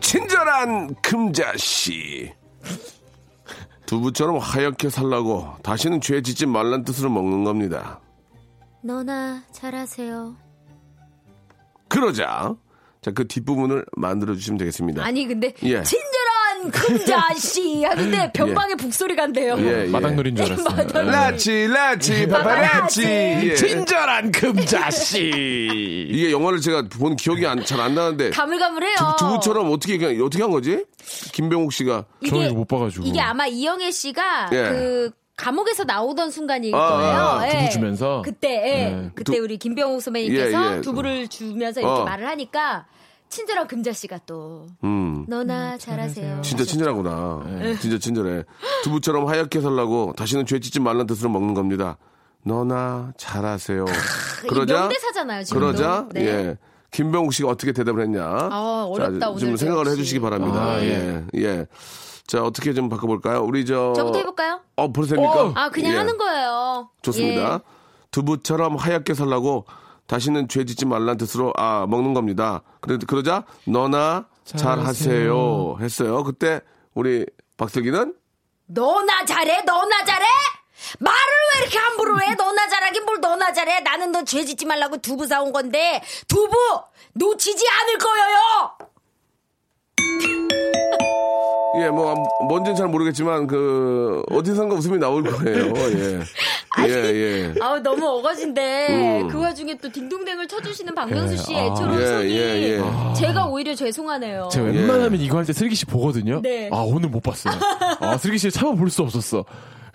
친절한 금자씨. 두부처럼 하얗게 살라고 다시는 죄 짓지 말란 뜻으로 먹는 겁니다.
너나 잘하세요.
그러자 자 그 뒷부분을 만들어 주시면 되겠습니다.
아니 근데
예.
친절한 금자씨 하는데 변방에 북소리 간대요.
예, 예.
마당놀인 줄 알았어요.
라치 라치 파파라치 예.
친절한 금자씨.
이게 영화를 제가 본 기억이 잘 안 나는데
가물가물해요.
두부처럼 어떻게 그냥 어떻게 한 거지? 김병욱 씨가
저 이거 못 봐가지고.
이게 아마 이영애 씨가
음. 예.
그 감옥에서 나오던 순간일
아,
거예요.
아,
아, 두부 주면서?
그때 예.
네.
그때
두-
우리 김병호 선배님께서
예, 예.
두부를 주면서 이렇게
어.
말을 하니까 친절한 금자 씨가 또
음
너나 잘하세요.
진짜 친절하구나.
네.
진짜 친절해. 두부처럼 하얗게 살라고 다시는 죄 짓지 말란 뜻으로 먹는 겁니다. 너나 잘하세요.
이 명대사잖아요, 지금도.
그러자
네. 아,
예. 김병욱 씨가 어떻게 대답을 했냐?
어렵다,
자, 좀
오늘
생각을
역시.
해주시기 바랍니다.
아,
예.
예.
예. 자 어떻게 좀 바꿔볼까요? 우리 저
저부터 해볼까요?
어 벌써 됩니까?
어!
아 그냥
예.
하는 거예요.
좋습니다. 두부처럼 하얗게 살라고 다시는 죄 짓지 말란 뜻으로 아 먹는 겁니다. 그래, 그러자 너나 잘하세요 했어요. 그때 우리 박슬기는
너나 잘해, 너나 잘해. 말을 왜 이렇게 함부로 해? 너나 잘하긴 뭘 너나 잘해? 나는 너 죄짓지 말라고 두부 사온 건데 두부 놓치지 않을 거예요.
예, 뭐 암- 뭔지는 잘 모르겠지만 그 어디선가 웃음이 나올 거예요. 예. 예, 예.
아우 너무 어거진데
음.
그 와중에 또 딩동댕을 쳐주시는 박명수 씨의
아.
애처로운
예,
손이
예, 예.
제가 오히려 죄송하네요.
제가 웬만하면 이거 할 때 슬기 씨 보거든요.
네.
아 오늘 못 봤어요. 아 슬기 씨 참아 볼 수 없었어.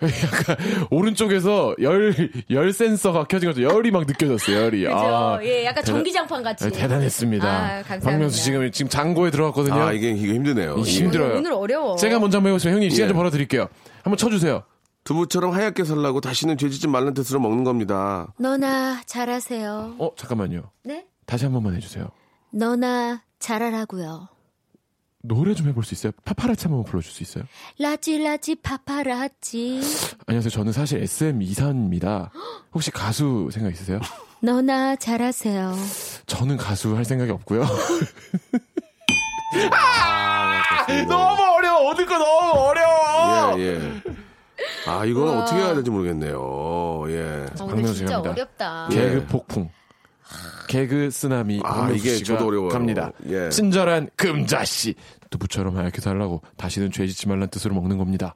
약간 오른쪽에서 열 열 센서가 켜진 거죠. 열이 막 느껴졌어요. 열이.
그죠?
아,
예, 약간 전기장판 같이.
네, 대단했습니다.
아, 감사합니다.
박명수 지금 지금 장고에 들어갔거든요.
아, 이게 이거 힘드네요.
이
예.
힘들어요.
오늘 어려워.
제가 뭐- 먼저 한번 해보겠습니다. 형님 시간
예.
좀 벌어드릴게요. 한번 쳐주세요.
두부처럼 하얗게 살라고 다시는 죄 짓지 말란 뜻으로 먹는 겁니다.
너나 잘하세요.
어 잠깐만요.
네?
다시 한 번만 해주세요.
너나 잘하라고요.
노래 좀 해볼 수 있어요? 파파라치 한번 불러줄 수 있어요?
라지라지 파파라치
안녕하세요. 저는 사실 SM 이사입니다. 혹시 가수 생각 있으세요?
너나 잘하세요.
저는 가수 할 생각이 없고요.
어,
너무
어려워. 얻을 거 너무 어려워.
예, 예. 아, 이거는 어떻게 해야 될지 모르겠네요. 예.
어, 근데
박명수
진짜
형입니다.
어렵다.
예.
개그 폭풍. 개그 쓰나미.
아,
박명수
이게
씨가
저도 어려워요.
갑니다.
예.
친절한 금자씨. 두부처럼 하얗게 살라고 다시는 죄 짓지 말란 뜻으로 먹는 겁니다.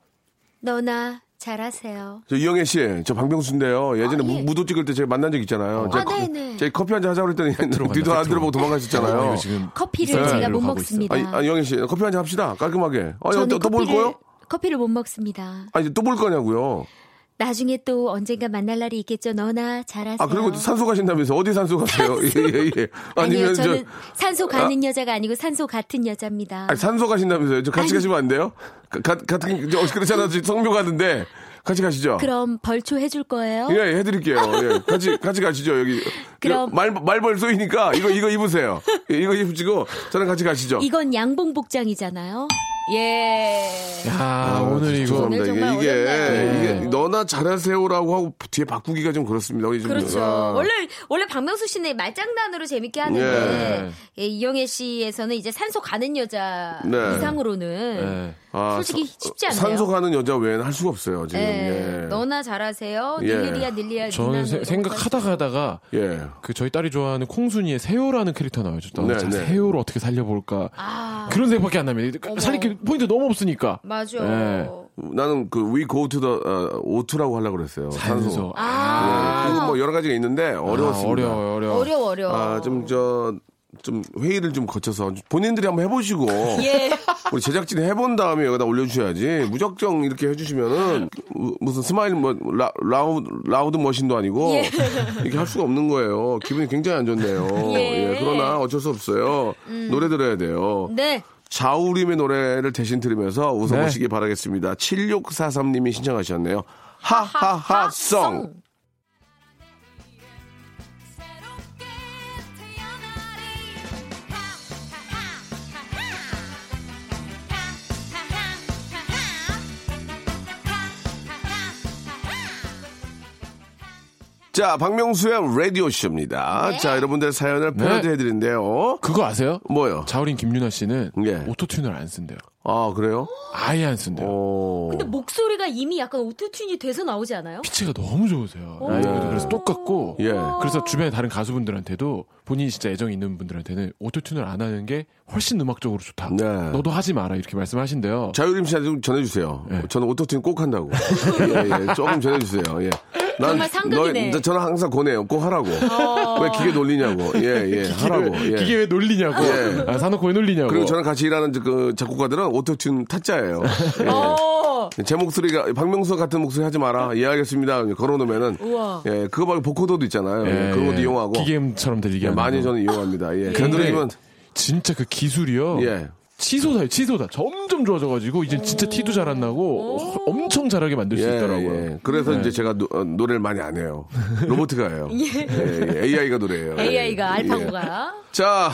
너나 잘하세요.
저 이영애 씨, 저 박명수인데요. 예전에
아, 예.
무, 도 찍을 때 제가 만난 적 있잖아요. 제가
아, 네네.
저희 커피 한잔 하자고 그랬더니
들어간다,
뒤도 안
들어간다.
들어보고
아,
도망가셨잖아요.
이거 지금
커피를
이상한
제가 못
일로 가고
먹습니다.
아니, 아니, 영애 씨, 커피 한잔 합시다. 깔끔하게. 아니, 또, 또 볼 거요?
커피를 못 먹습니다.
아니, 또 볼 거냐고요.
나중에 또 언젠가 만날 날이 있겠죠. 너나 잘하세요.
아, 그리고 산소 가신다면서 어디 산소 가세요? 예, 예, 예.
아니요,
아니면
저는
저,
산소 가는 여자가 아니고 산소 같은 여자입니다.
아니, 산소 가신다면서요. 저 같이
아니.
가시면 안 돼요? 가, 가, 같은, 저, 그렇잖아. 저 성묘 가는데 같이 가시죠.
그럼 벌초 해줄 거예요?
예, 예, 해드릴게요. 예, 같이 같이 가시죠 여기.
그럼-
말 말벌 쏘이니까 이거 이거 입으세요. 예, 이거 입으시고 저랑 같이 가시죠.
이건 양봉 복장이잖아요. 예.
있어요. 야, 오늘
아, 진짜
이거.
오늘
죄송합니다.
정말
이게
어렵네요.
예, 이게,
네.
이게 너나 잘하세요라고 하고 뒤에 바꾸기가 좀 그렇습니다. 우리 좀,
그렇죠.
아.
원래 원래 박명수 씨는 말장난으로 재밌게 하는데 예, 이영애 씨에서는 이제 산소 가는 여자
네.
이상으로는
예.
아,
솔직히
사-
쉽지 않네요.
산소 가는 여자 외에는 할 수가 없어요 지금.
예.
예.
너나 잘하세요.
예.
닐리리야 닐리야.
저는 세- 생각하다가 하다가
예.
그 저희 딸이 좋아하는 콩순이의 새우라는 캐릭터 나와줬다.
네,
자,
네.
새우를 어떻게 살려볼까.
아
그런 생각밖에 안 납니다.
어머.
살릴 게 포인트 너무 없으니까.
맞아.
예.
나는 그 we go to the 어, 오투라고 하려고 그랬어요. 산소.
산소.
예.
아,
그리고 뭐 여러 가지가 있는데 어려웠습니다.
아, 어려워요, 어려워.
어려워 어려워.
아, 좀, 저, 좀 회의를 좀 거쳐서 본인들이 한번 해보시고.
예.
우리 제작진이 해본 다음에 여기다 올려주셔야지. 무작정 이렇게 해주시면은 우- 무슨 스마일 뭐 라, 우드 라우드 머신도 아니고
예.
이렇게 할 수가 없는 거예요. 기분이 굉장히 안 좋네요.
예.
그러나 어쩔 수 없어요. 노래 들어야 돼요.
네.
자우림의 노래를 대신 들으면서 웃어보시기
네.
바라겠습니다. 7643님이 신청하셨네요. 하하하송.
새롭게 태어나리 하하하하 하하하하 하하하하 하하하하
자, 박명수의 라디오쇼입니다.
네.
자, 여러분들 사연을
네.
패러디해드린데요.
그거 아세요?
뭐요?
자우린 김윤아 씨는
예.
오토튠을 안 쓴대요.
아, 그래요?
아예 안 쓴대요.
오.
근데 목소리가 이미 약간 오토튠이 돼서 나오지 않아요?
피치가 너무 좋으세요.
오.
라이브도 그래서 똑같고.
예.
그래서 주변에 다른 가수분들한테도 본인이 진짜 애정 있는 분들한테는 오토튠을 안 하는 게 훨씬 음악적으로 좋다.
네.
너도 하지 마라 이렇게 말씀하신대요.
자유림 씨한테 좀 전해주세요.
예.
저는 오토튠 꼭 한다고. 예, 예. 조금 전해주세요. 예. 난
정말 상극이네. 어.
너- 저는 항상 권해요. 꼭 하라고. 왜 기계 놀리냐고. 예, 예. 하라고. 예.
기계 왜 놀리냐고.
예.
아, 사놓고 왜 놀리냐고.
그리고 저랑 같이 일하는 그 작곡가들은 오토튠 타짜예요. 예.
어.
제 목소리가 박명수 같은 목소리 하지 마라. 예, 알겠습니다. 걸어놓으면은
우와.
예, 그거 말고 보코도도 있잖아요. 예, 그런 것도 이용하고
기계음처럼 들리게
예,
하는
많이
거.
저는 이용합니다. 예,
근데
되도록이면
진짜 그 기술이요.
예.
치솟아요, 치솟아. 점점 좋아져가지고, 이제 진짜 티도 잘 안 나고, 어, 엄청 잘하게 만들 수
예,
있더라고요. 네.
예. 그래서 이제 제가 노, 어, 노래를 많이 안 해요. 로보트가 해요. 예. AI가 노래해요.
AI가
예.
알파고가
자,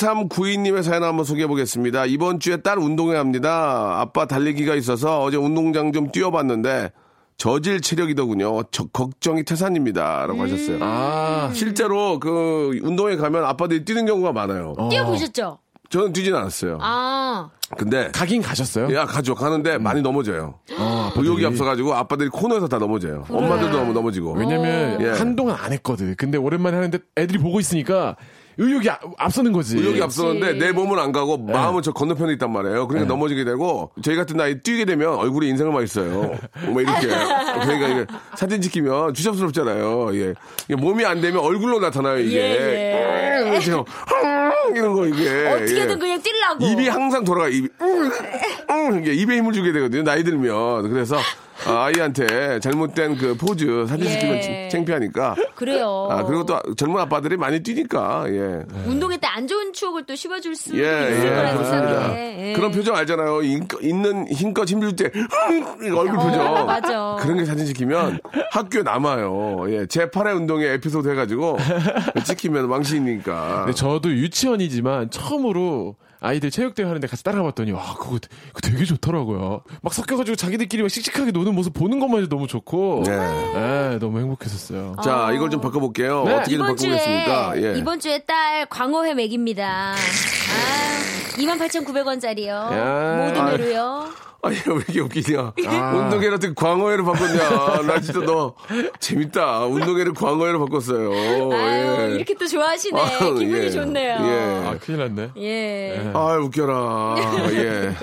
2392님의 사연 한번 소개해 보겠습니다. 이번 주에 딸 운동회 합니다. 아빠 달리기가 있어서 어제 운동장 좀 뛰어봤는데 저질 체력이더군요. 저- 걱정이 태산입니다. 라고 하셨어요.
아,
실제로 그 운동회 가면 아빠들이 뛰는 경우가 많아요.
뛰어보셨죠?
저는 뛰진 않았어요.
아
근데
가긴 가셨어요?
야 가죠 가는데 많이 넘어져요.
아, 아빠들이.
예. 의욕이 앞서가지고 아빠들이 코너에서 다 넘어져요. 엄마들도 너무 넘어지고.
왜냐면,
예.
한동안 안 했거든. 근데 오랜만에 하는데, 애들이 보고 있으니까, 의욕이 아- 앞서는 거지.
예.
의욕이 앞서는데 내 몸은 안 가고 마음은 저 건너편에 있단 말이에요.
예.
그러니까 넘어지게 되고 저희 같은 나이 뛰게 되면 얼굴에 인상을 많이 써요. 뭐 이렇게 그러니까 이게 사진 찍히면 주접스럽잖아요. 예. 이게 몸이 안 되면 얼굴로 나타나요 이게. 음,
예,
이렇게 음, 이런 거 이게.
어떻게든
예.
그냥 뛰려고.
입이 항상 돌아가 입이 응, 응, 이게 입에 힘을 주게 되거든요 나이 들면 그래서 아, 아이한테 잘못된 그 포즈 사진
예.
찍히면 창- 창피하니까
그래요.
아 그리고
어.
또 젊은 아빠들이 많이 뛰니까 예,
운동회 때 안 좋은 추억을 또 씹어줄 수
예,
있을
예,
거라
그렇습니다.
세상에. 예.
그런 표정 알잖아요 인껏- 있는 힘껏 힘들 때 응, 이거 얼굴
어,
표정
맞아.
그런 게 사진 찍히면 학교에 남아요 예, 제 8회 운동회 에피소드 해가지고 찍히면 왕신이니까
근데 네, 저도 유치원이지만, 처음으로, 아이들 체육대회 하는데 같이 따라가 봤더니, 와, 그거, 그거 되게 좋더라고요. 막 섞여가지고 자기들끼리 막 씩씩하게 노는 모습 보는 것만 해도 너무 좋고,
예.
예, 너무 행복했었어요.
자 이걸 좀 바꿔볼게요
네.
어떻게 좀
아. 이번 주에
바꾸겠습니까 예.
이번 주에 딸 광어회 맥입니다. 아 28,900원짜리요.
야.
아.
모든 회로요.
아니 왜 이렇게 웃기냐
아.
운동회를 어떻게 광어회로 바꿨냐 나 진짜 너 재밌다 운동회를 광어회로 바꿨어요
아유
예.
이렇게 또 좋아하시네.
아유,
기분이
예.
좋네요.
아,
예.
큰일 났네.
예.
아 웃겨라 예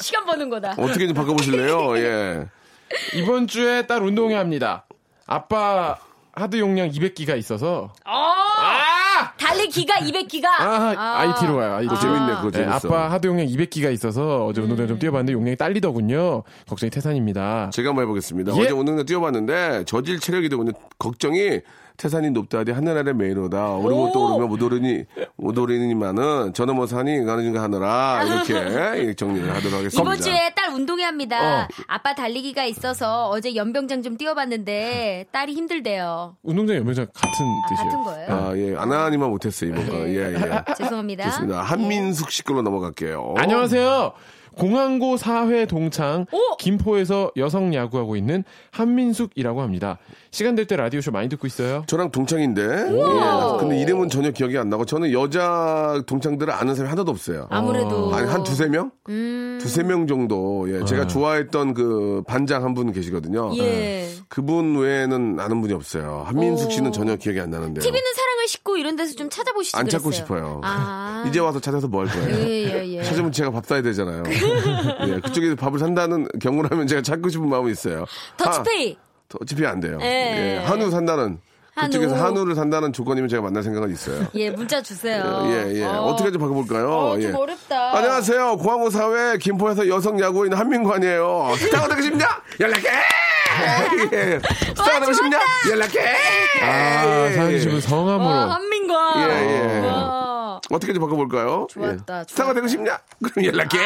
시간 버는 거다.
어떻게 좀 바꿔보실래요 예
이번 주에 딸 운동회 합니다. 아빠 하드 용량 200기가 있어서 아!
달리기가 200기가. 어,
아, IT로 와요. IT.
재밌네 그거
네,
재밌어
아빠 하드 용량 200기가 있어서 어제
음.
운동장 좀 뛰어봤는데 용량이 딸리더군요. 걱정이 태산입니다.
제가 한번 해보겠습니다
예.
어제 운동회 뛰어봤는데 저질 체력이더군요 걱정이 태산이 높다하디 하늘 아래 메이로다 오르고 또 오르면 못 오르니 못 오르니만은 저는 뭐 산이 가는 중가 하느라 이렇게 예, 정리를 하도록 하겠습니다
이번 주에 딸 운동회 합니다.
어.
아빠 달리기가 있어서 어제 연병장 좀 뛰어봤는데 딸이 힘들대요.
운동장 연명장 같은 뜻이에요.
아, 같은 거예요?
아, 예. 하나님만 못했어요, 이번 거. 예, 예.
네.
죄송합니다.
좋습니다. 한민숙 씨 걸로 넘어갈게요.
안녕하세요. 공항고 사회 동창
어?
김포에서 여성 야구하고 있는 한민숙이라고 합니다. 시간 될 때 라디오쇼 많이 듣고 있어요.
저랑 동창인데. 예. 근데 이름은 전혀 기억이 안 나고 저는 여자 동창들을 아는 사람이 하나도 없어요.
아무래도
아니, 한 두세 명?
음.
두세 명 정도. 예. 제가 좋아했던 그 반장 한 분 계시거든요.
예.
네. 그분 외에는 아는 분이 없어요. 한민숙 씨는 전혀 기억이 안 나는데요.
TV는 사랑을 싣고 이런 데서 좀 찾아보시지
안 찾고
그랬어요.
싶어요.
아.
이제 와서 찾아서 뭐 할 거예요?
예, 그 예, 예.
찾으면 제가 밥 사야 되잖아요. 예, 그쪽에서 밥을 산다는 경우라면 제가 찾고 싶은 마음이 있어요.
더치페이.
아. 더치페이 안 돼요.
예.
예, 한우 산다는
한우.
그쪽에서 한우를 산다는 조건이면 제가 만날 생각은 있어요.
예, 문자 주세요.
예, 예. 어. 떻게좀 바꿔볼까요?
어, 좀
예.
어렵다.
안녕하세요. 고항호 사회 김포에서 여성 야구인 한민관이에요. 스타가 되고 싶냐? 연락해!
네.
예. 스타가 되고
어,
싶냐? 연락해!
아,
예,
사연이
예.
지금 성함으로.
와, 한민관.
예, 예.
와.
어떻게 좀 바꿔볼까요?
어, 좋았다,
예. 스타가
좋았다.
되고 싶냐? 그럼 연락해!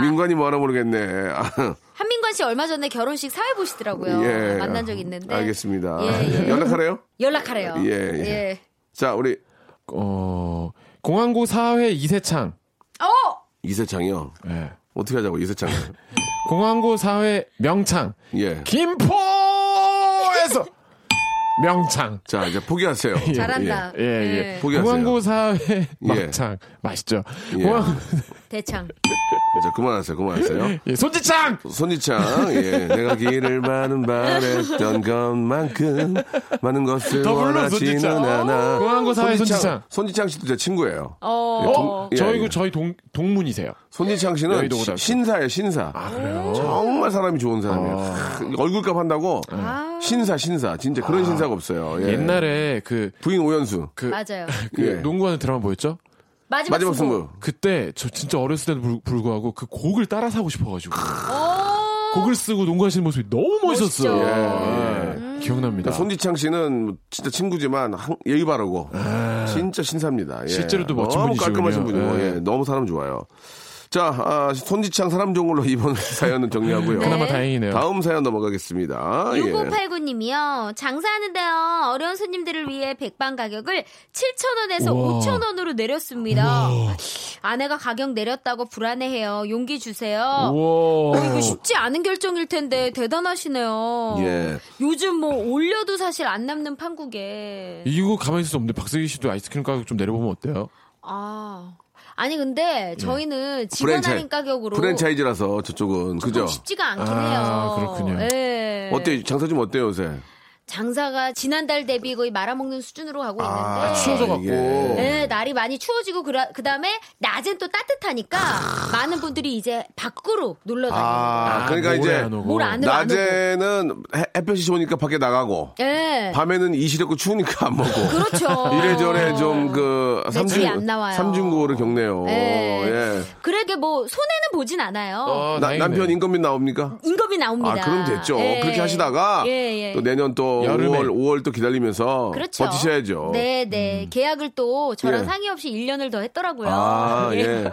민관이 뭐 하나 모르겠네. 아,
아, 한민관 씨 얼마 전에 결혼식 사회 보시더라고요.
예.
어, 만난 적 있는데.
알겠습니다.
예, 예.
연락하래요?
연락하래요.
예, 예. 자, 우리
어, 공항고 사회 이세창.
어,
이세창이요.
예.
어떻게 하자고, 이세창.
공항고 사회 명창
예.
김포에서 명창.
자, 이제 포기하세요.
잘한다.
예, 예.
예.
포기하세요.
공항고 사회
예.
막창. 맛있죠.
예.
공항,
대창.
자, 그만하세요. 그만하세요.
예, 손지창!
손이창, 예. 내가 길을 많은 바랬던 것만큼 많은 것을
더 불러,
원하지는
손지창.
않아.
공항고 사회 손지창.
손지창 씨도 제 친구예요.
어.
예, 동-
어,
예,
저희,
예.
그 저희 동, 동문이세요.
손지창 씨는
여의도고등학교. 아,
신사예요, 신사.
그래요? 아.
정말 사람이 좋은 사람이에요. 얼굴값 한다고 신사, 신사. 진짜 그런 신사가 없어요. 예.
옛날에 그,
부인 오연수.
그,
맞아요.
그
예.
농구하는 드라마 뭐였죠?
마지막,
마지막 승부.
그때 저 진짜 어렸을 때도 불- 불구하고 그 곡을 따라 사고 싶어가지고
오.
곡을 쓰고 농구하시는 모습이 너무
멋있죠.
멋있었어요.
예.
예. 기억납니다.
그러니까 손지창 씨는 진짜 친구지만 항- 예의 바르고 진짜 신사입니다. 예.
네. 실제로도 멋진
너무
분이시군요.
깔끔하신 분이고
예.
예. 너무 사람 좋아요. 자, 아, 손지창 사람 좋은 걸로 이번 사연은 정리하고요.
그나마
네.
다행이네요.
다음 사연 넘어가겠습니다. 예.
6589님이요. 장사하는데요. 어려운 손님들을 위해 백반 가격을 7,000원에서
우와.
5,000원으로 내렸습니다. 아내가 가격 내렸다고 불안해해요. 용기 주세요.
우와.
어, 이거 쉽지 않은 결정일 텐데 대단하시네요.
예.
요즘 뭐 올려도 사실 안 남는 판국에.
이거 가만히 있을 수 없는데 박세기 씨도 아이스크림 가격 좀 내려보면 어때요?
아. 아니 근데 저희는 직원
프랜차이-
할인 가격으로
프랜차이즈라서 저쪽은 그죠?
쉽지가 않긴
아,
해요.
그렇군요.
예.
어때 장사 좀 어때요 요새?
장사가 지난달 대비 거의 말아먹는 수준으로 가고
아,
있는데
추워서 갖고.
이게.
네, 날이 많이 추워지고 그 다음에 낮엔 또 따뜻하니까 많은 분들이 이제 밖으로 놀러 다니고.
아, 그러니까 이제
뭘 안- 안으로
낮에는 해- 햇볕이 좋으니까 밖에 나가고
예.
밤에는 이시렵고 추우니까 안 먹고
그렇죠.
이래저래 좀 그
매출이 네, 안 나와요.
삼중고를 겪네요.
네.
예.
그러게 뭐 손해는 보진 않아요.
어,
나- 남편 인건비 나옵니까?
임금이 나옵니다.
어. 아, 그럼 됐죠.
예.
그렇게 하시다가
예, 예.
또 내년 또
여름에.
5월 5월 또 기다리면서
그렇죠.
버티셔야죠. 음.
네, 네. 계약을 또 저랑
예.
상의 없이 1년을 더 했더라고요.
아,
예.
예.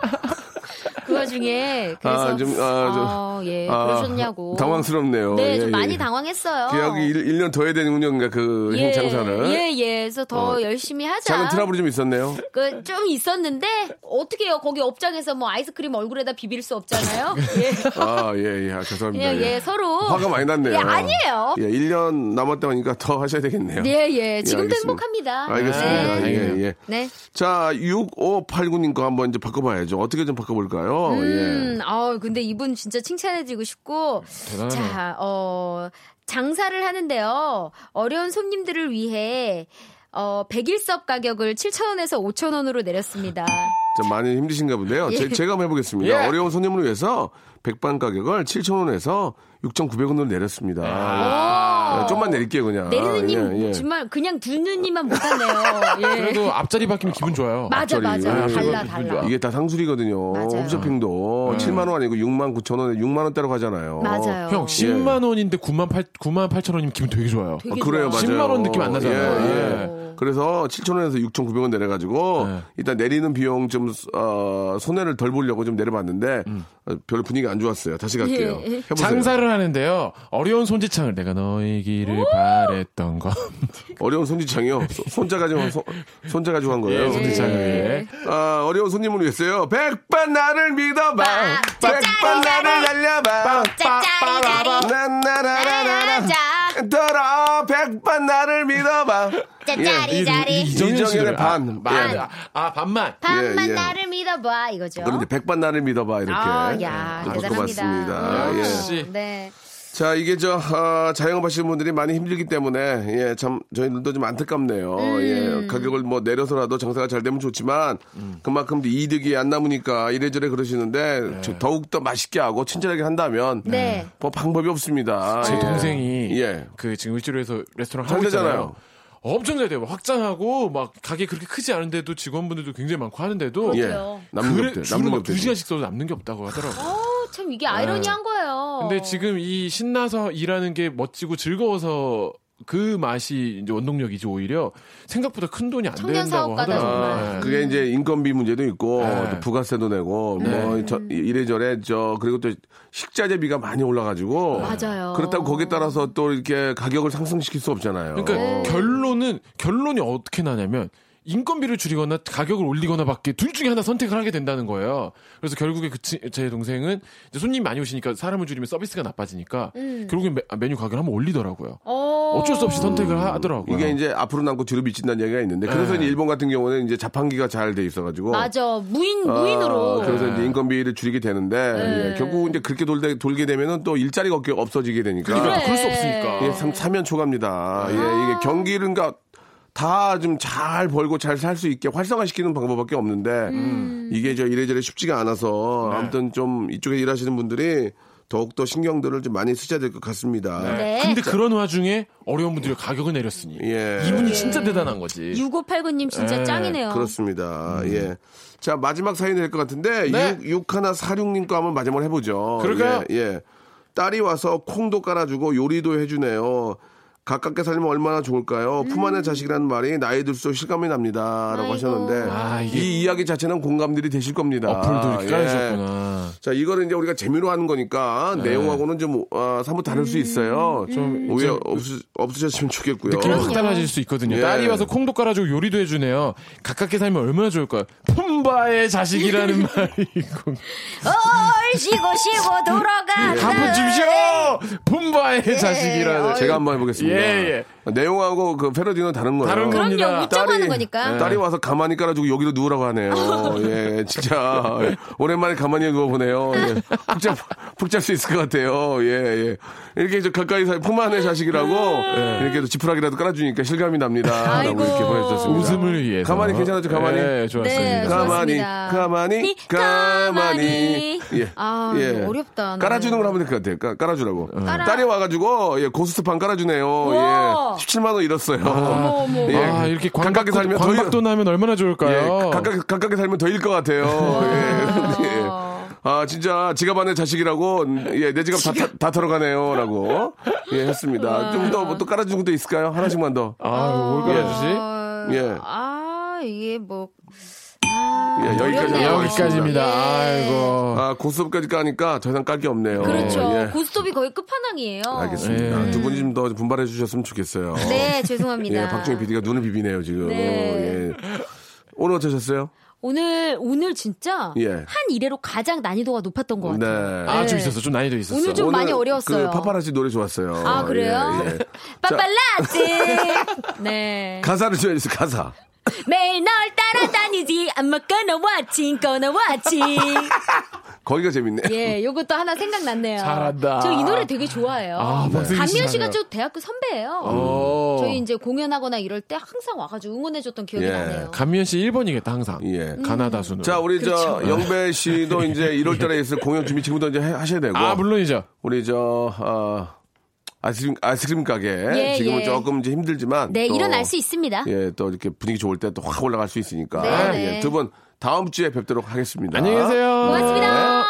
그 와중에 그래서
아, 좀, 아, 좀,
어, 예.
아,
그러셨냐고.
당황스럽네요.
네,
예,
좀
예.
많이 당황했어요.
계약이 1, 년더 해야 되는군요. 그러니까 그
예,
행장사를. 어.
예, 예. 그래서 더 열심히 하자.
작은 트러블이 좀 있었네요.
그 좀 있었는데 어떻게 해요? 거기 업장에서 뭐 아이스크림 얼굴에다 비빌 수 없잖아요. 예.
아, 예, 예. 아, 죄송합니다.
그냥 예, 서로
화가 많이 났네요.
예, 아니에요.
예, 1년 남았다 하니까 더 하셔야 되겠네요.
예, 예. 지금도
알겠습니다.
행복합니다.
알겠습니다.
네.
예, 예.
네.
자, 6589님 거 한번 이제 바꿔봐야죠. 어떻게 좀 바꿔볼까요? 예.
음, 아 근데 이분 진짜 칭찬해드리고 싶고.
대단하네요.
자, 어, 장사를 하는데요. 어려운 손님들을 위해, 어, 백일섭 가격을 7,000원에서 5,000원으로 내렸습니다.
예. 좀 많이 힘드신가 본데요. 제, 제가 한번 해보겠습니다.
예.
어려운 손님을 위해서 백반 가격을 7,000원에서 6,900원으로 내렸습니다. 예, 좀만 내릴게요, 그냥.
내리느님,
예, 그러니까 예.
정말 그냥 듣느님만 못하네요. 예.
그래도 앞자리 바뀌면 기분 좋아요.
맞아, 맞아.
앞자리.
달라,
예.
달라.
이게 다 상술이거든요.
맞아요.
홈쇼핑도 7만 원 아니고 6만 9천 원에 6만 원대로 가잖아요.
맞아요.
형
예.
10만 원인데 9만 8 9만 8천 원이면 기분 되게 좋아요.
되게
아, 그래요,
좋아.
맞아요.
10만 원 느낌 안 나잖아요.
예, 예. 그래서 7,000원에서 6,900원 내려가지고
네.
일단 내리는 비용 좀 어, 손해를 덜 보려고 좀 내려봤는데 어, 별로 분위기 안 좋았어요. 다시 갈게요.
예.
해보세요.
장사를 하는데요. 어려운 손지창을 내가 너에기를 바랬던 것.
어려운 손지창이요. 손- 손자 가지고 손, 손자 가지고 한 거예요.
손지창을 위해.
아, 어려운 손님을 위해서요. 백반 나를 믿어봐. 백반 나를 날려봐.
짜짜리짜리.
나나라라라. 들어 백반 나를 믿어봐. 예.
짜짜리. 이 자리.
이정현
이정현의
씨를- 아,
반.
반.
예.
아, 반만.
반만
예, 예.
나를 믿어봐, 이거죠.
그런데 백반 나를 믿어봐 이렇게.
그렇죠? 아, 야,
아,
대단합니다.
고맙습니다. 예.
역시.
네.
자 이게 저 아, 자영업 하시는 분들이 많이 힘들기 때문에 예, 참 저희들도 좀 안타깝네요.
음.
예, 가격을 뭐 내려서라도 장사가 잘 되면 좋지만
음.
그만큼 이득이 안 남으니까 이래저래 그러시는데
네.
저 더욱더 맛있게 하고 친절하게 한다면
네.
뭐 방법이 없습니다.
제
예.
동생이
예.
그 지금 일주일에서 레스토랑
잘
하고
되잖아요.
있잖아요. 엄청 잘 돼요. 확장하고 막 가게 그렇게 크지 않은데도 직원분들도 굉장히 많고 하는데도
예.
그래요.
남는 게
그래
없대요.
줄은
남는 게
막두
없대요.
시간씩 써도 남는 게 없다고 하더라고요.
어, 참 이게 아이러니한 거예요.
근데 지금 이 신나서 일하는 게 멋지고 즐거워서 그 맛이 이제 원동력이지 오히려 생각보다 큰 돈이 안
청년
된다고
사업가다,
하더라고요.
정말. 아,
예.
네. 그게 이제 인건비 문제도 있고
네.
또 부가세도 내고 뭐 저- 이래저래 저 그리고 또 식자재비가 많이 올라가지고
맞아요.
그렇다고 거기에 따라서 또 이렇게 가격을 상승시킬 수 없잖아요.
그러니까
네.
결론은 결론이 어떻게 나냐면 인건비를 줄이거나 가격을 올리거나 밖에 둘 중에 하나 선택을 하게 된다는 거예요. 그래서 결국에 그 치- 제 동생은 이제 손님 많이 오시니까 사람을 줄이면 서비스가 나빠지니까 결국엔 메, 아, 메뉴 가격을 한번 올리더라고요.
음. 어,
어쩔 수 없이 선택을 음. 하- 하더라고요.
이게 이제 앞으로 남고 뒤로 미친다는 얘기가 있는데 그래서
네.
이제 일본 같은 경우는 이제 자판기가 잘 돼 있어가지고
맞아. 무인,
아,
무인으로.
그래서
네.
이제 인건비를 줄이게 되는데 예, 결국 이제 그렇게 돌게, 돌게 되면은 또 일자리가 없게- 없어지게 되니까
그러니까
그래.
그럴 수 없으니까.
예, 참 사면 초갑니다. 예, 이게 경기를 그러 다좀 잘 벌고 잘 살 수 있게 활성화시키는 방법밖에 없는데 이게 저 이래저래 쉽지가 않아서 아무튼 좀 이쪽에 일하시는 분들이 더욱더 신경들을 좀 많이 쓰셔야 될 것 같습니다.
네.
근데 그런 와중에 어려운 분들이 가격을 내렸으니
예.
이분이 진짜 대단한 거지.
6589님 진짜
네,
짱이네요.
그렇습니다. 예. 자, 마지막 사연이 될 것 같은데,
음. 네.
육6 1 4 6님거 한번 마지막으로 해보죠.
그럴까요?
예, 예. 딸이 와서 콩도 깔아주고 요리도 해주네요. 가깝게 살면 얼마나 좋을까요? 품 안의 자식이라는 말이 나이 들수록 실감이 납니다.
아이고.
라고 하셨는데,
음. 아, 이게-
이 이야기 자체는 공감들이 되실 겁니다.
어플도
예.
이렇게 깔아주셨구나. 네.
자, 이거는 이제 우리가 재미로 하는 거니까 내용하고는 좀 아, 사뭇 다를
음,
수 있어요.
좀
오해
좀
없으, 없으셨으면 좋겠고요.
음.
그렇죠.
느낌이 확 달라질 수 있거든요.
예.
딸이 와서 콩도 깔아주고 요리도 해주네요. 가깝게 살면 얼마나 좋을까요? 품바의 자식이라는 말이고.
얼씨고 쉬고
예.
돌아간다.
한번 주시오! 품바의 자식이라는.
아, 네, 제가 한번 해보겠습니다.
예,
내용하고 그 패러디는 다른 거예요.
다른
그럼요.
겁니다.
웃자고 하는 거니까.
딸이 와서 가만히 깔아주고 여기로 누우라고 하네요. 예, 진짜 오랜만에 가만히 누워보네요. 예, 푹잘 푹잘 수 있을 것 같아요. 예, 예. 이렇게 저 가까이 살 품안의 자식이라고 예, 이렇게 또 지푸라기라도 깔아주니까 실감이 납니다. 라고
음. 아이고.
이렇게 보내주셨습니다.
웃음을 위해서.
가만히 괜찮았죠? 가만히.
예, 좋았습니다.
네,
가만히,
좋았습니다.
가만히, 가만히. 예,
가만히. 아, 이거 어렵다, 나는. 음.
깔아주는 걸 하면 될 것 같아요. 깔- 깔아주라고.
깔아.
딸이 와가지고, 예, 고스트판 깔아주네요.
우와.
예. 17만원 잃었어요.
어머.
예.
아, 이렇게
가깝게
광각도,
살면 더
광각도 나면 얼마나 좋을까요?
예, 가깝게, 가깝게 살면 더일 것 같아요. 예. 예. 아, 진짜 지갑 안에 자식이라고, 예, 내 지갑 다, 타- 다 털어가네요. 라고, 예,
아.
했습니다. 좀 더, 뭐또 깔아주는 것도 있을까요? 하나씩만 더.
아, 이거 뭘 깔아주지?
어,
예.
아, 이게 뭐. 아,
예, 여기까지
어렵네요.
하고
여기까지입니다.
예.
아이고.
아, 고스톱까지 까니까 더 이상 깔 게 없네요.
그렇죠.
예.
고스톱이 거의 끝판왕이에요.
알겠습니다. 두 분이 좀 더 분발해 주셨으면 좋겠어요.
네, 죄송합니다.
예, 박종희 PD가 눈을 비비네요, 지금.
네.
예. 오늘 어떠셨어요?
오늘 오늘 진짜
예.
한 이래로 가장 난이도가 높았던 것 같아요.
네.
아, 좀 있었어. 좀 난이도 있었어.
오늘 좀 많이
오늘
어려웠어요.
그 파파라치 노래 좋았어요.
아 그래요?
예, 예.
빠빨라지. 네.
가사를 줘야지, 가사.
매일 널 따라다니지. I'm not gonna watch, i gonna watch.
거기가 재밌네.
예, 요것도 하나 생각났네요.
잘한다.
저 이 노래 되게 좋아해요.
아, 박승희 씨
박미연 씨가
잘해요.
저 대학교 선배예요.
어.
저희 이제 공연하거나 이럴 때 항상 와가지고 응원해줬던 기억이
예.
나네요.
감미연 씨 1번이겠다, 항상.
음.
예.
가나다 수는.
자, 우리
그렇죠.
저 영배 씨도 이제 1월 달에 있을 공연 준비 지금부터 이제 해- 하셔야 되고.
아, 물론이죠.
우리 저, 아, 아이스크림, 아이스크림 가게.
예,
지금은
예.
조금 이제 힘들지만.
네,
또-
일어날 수 있습니다.
예, 또 이렇게 분위기 좋을 때 또 확 올라갈 수 있으니까.
네, 네.
예, 두분 다음 주에 뵙도록 하겠습니다.
안녕히 계세요.
고맙습니다.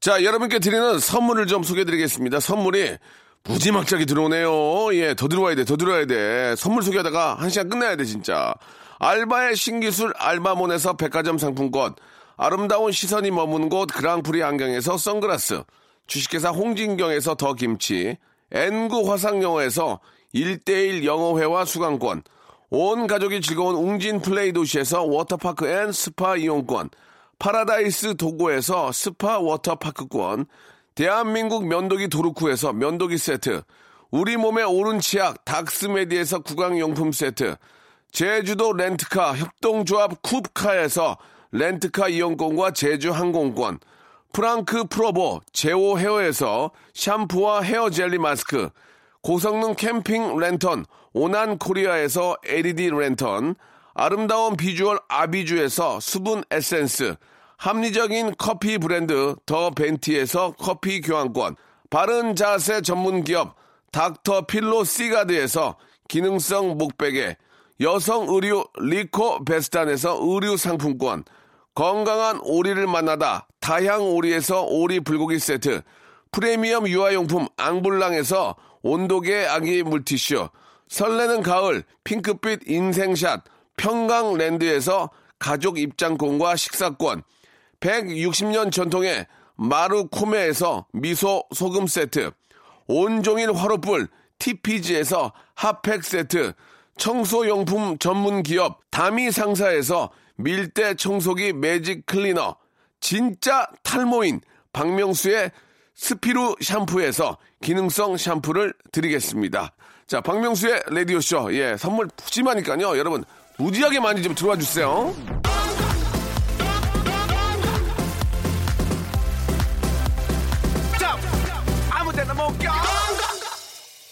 자, 여러분께 드리는 선물을 좀 소개해 드리겠습니다. 선물이 무지막지하게 들어오네요. 예, 더 들어와야 돼, 더 들어와야 돼. 선물 소개하다가 한 시간 끝내야 돼, 진짜. 알바의 신기술 알바몬에서 백화점 상품권. 아름다운 시선이 머무는 곳 그랑프리 안경에서 선글라스. 주식회사 홍진경에서 더 김치. N구 화상영어에서 1대1 영어회화 수강권. 온 가족이 즐거운 웅진 플레이 도시에서 워터파크 앤 스파 이용권. 파라다이스 도고에서 스파 워터파크권, 대한민국 면도기 도루쿠에서 면도기 세트, 우리 몸의 오른 치약 닥스메디에서 구강용품 세트, 제주도 렌트카 협동조합 쿱카에서 렌트카 이용권과 제주 항공권, 프랑크 프로보 제오 헤어에서 샴푸와 헤어 젤리 마스크, 고성능 캠핑 랜턴 오난 코리아에서 LED 랜턴 아름다운 비주얼 아비주에서 수분 에센스 합리적인 커피 브랜드 더 벤티에서 커피 교환권 바른 자세 전문 기업 닥터 필로 시가드에서 기능성 목베개 여성 의류 리코 베스탄에서 의류 상품권 건강한 오리를 만나다 다향 오리에서 오리 불고기 세트 프리미엄 유아용품 앙블랑에서 온도계 아기 물티슈 설레는 가을 핑크빛 인생샷 평강랜드에서 가족 입장권과 식사권 160년 전통의 마루코메에서 미소 소금 세트 온종일 화로불 TPG에서 핫팩 세트, 청소용품 전문 기업 다미 상사에서 밀대 청소기 매직 클리너, 진짜 탈모인 박명수의 스피루 샴푸에서 기능성 샴푸를 드리겠습니다. 자, 박명수의 라디오쇼. 예, 선물 푸짐하니까요. 여러분, 무지하게 많이 좀 들어와 주세요.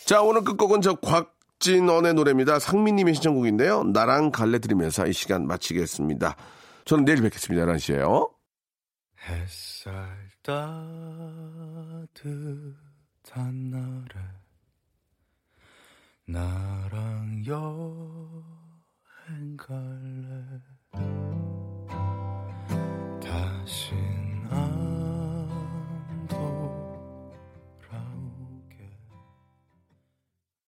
자, 오늘 끝곡은 저 곽진원의 노래입니다. 상민님의 신청곡인데요. 나랑 갈래 들으면서 이 시간 마치겠습니다. 저는 내일 뵙겠습니다. 11시에요.
햇살 따뜻한 날에 나랑 여행 갈래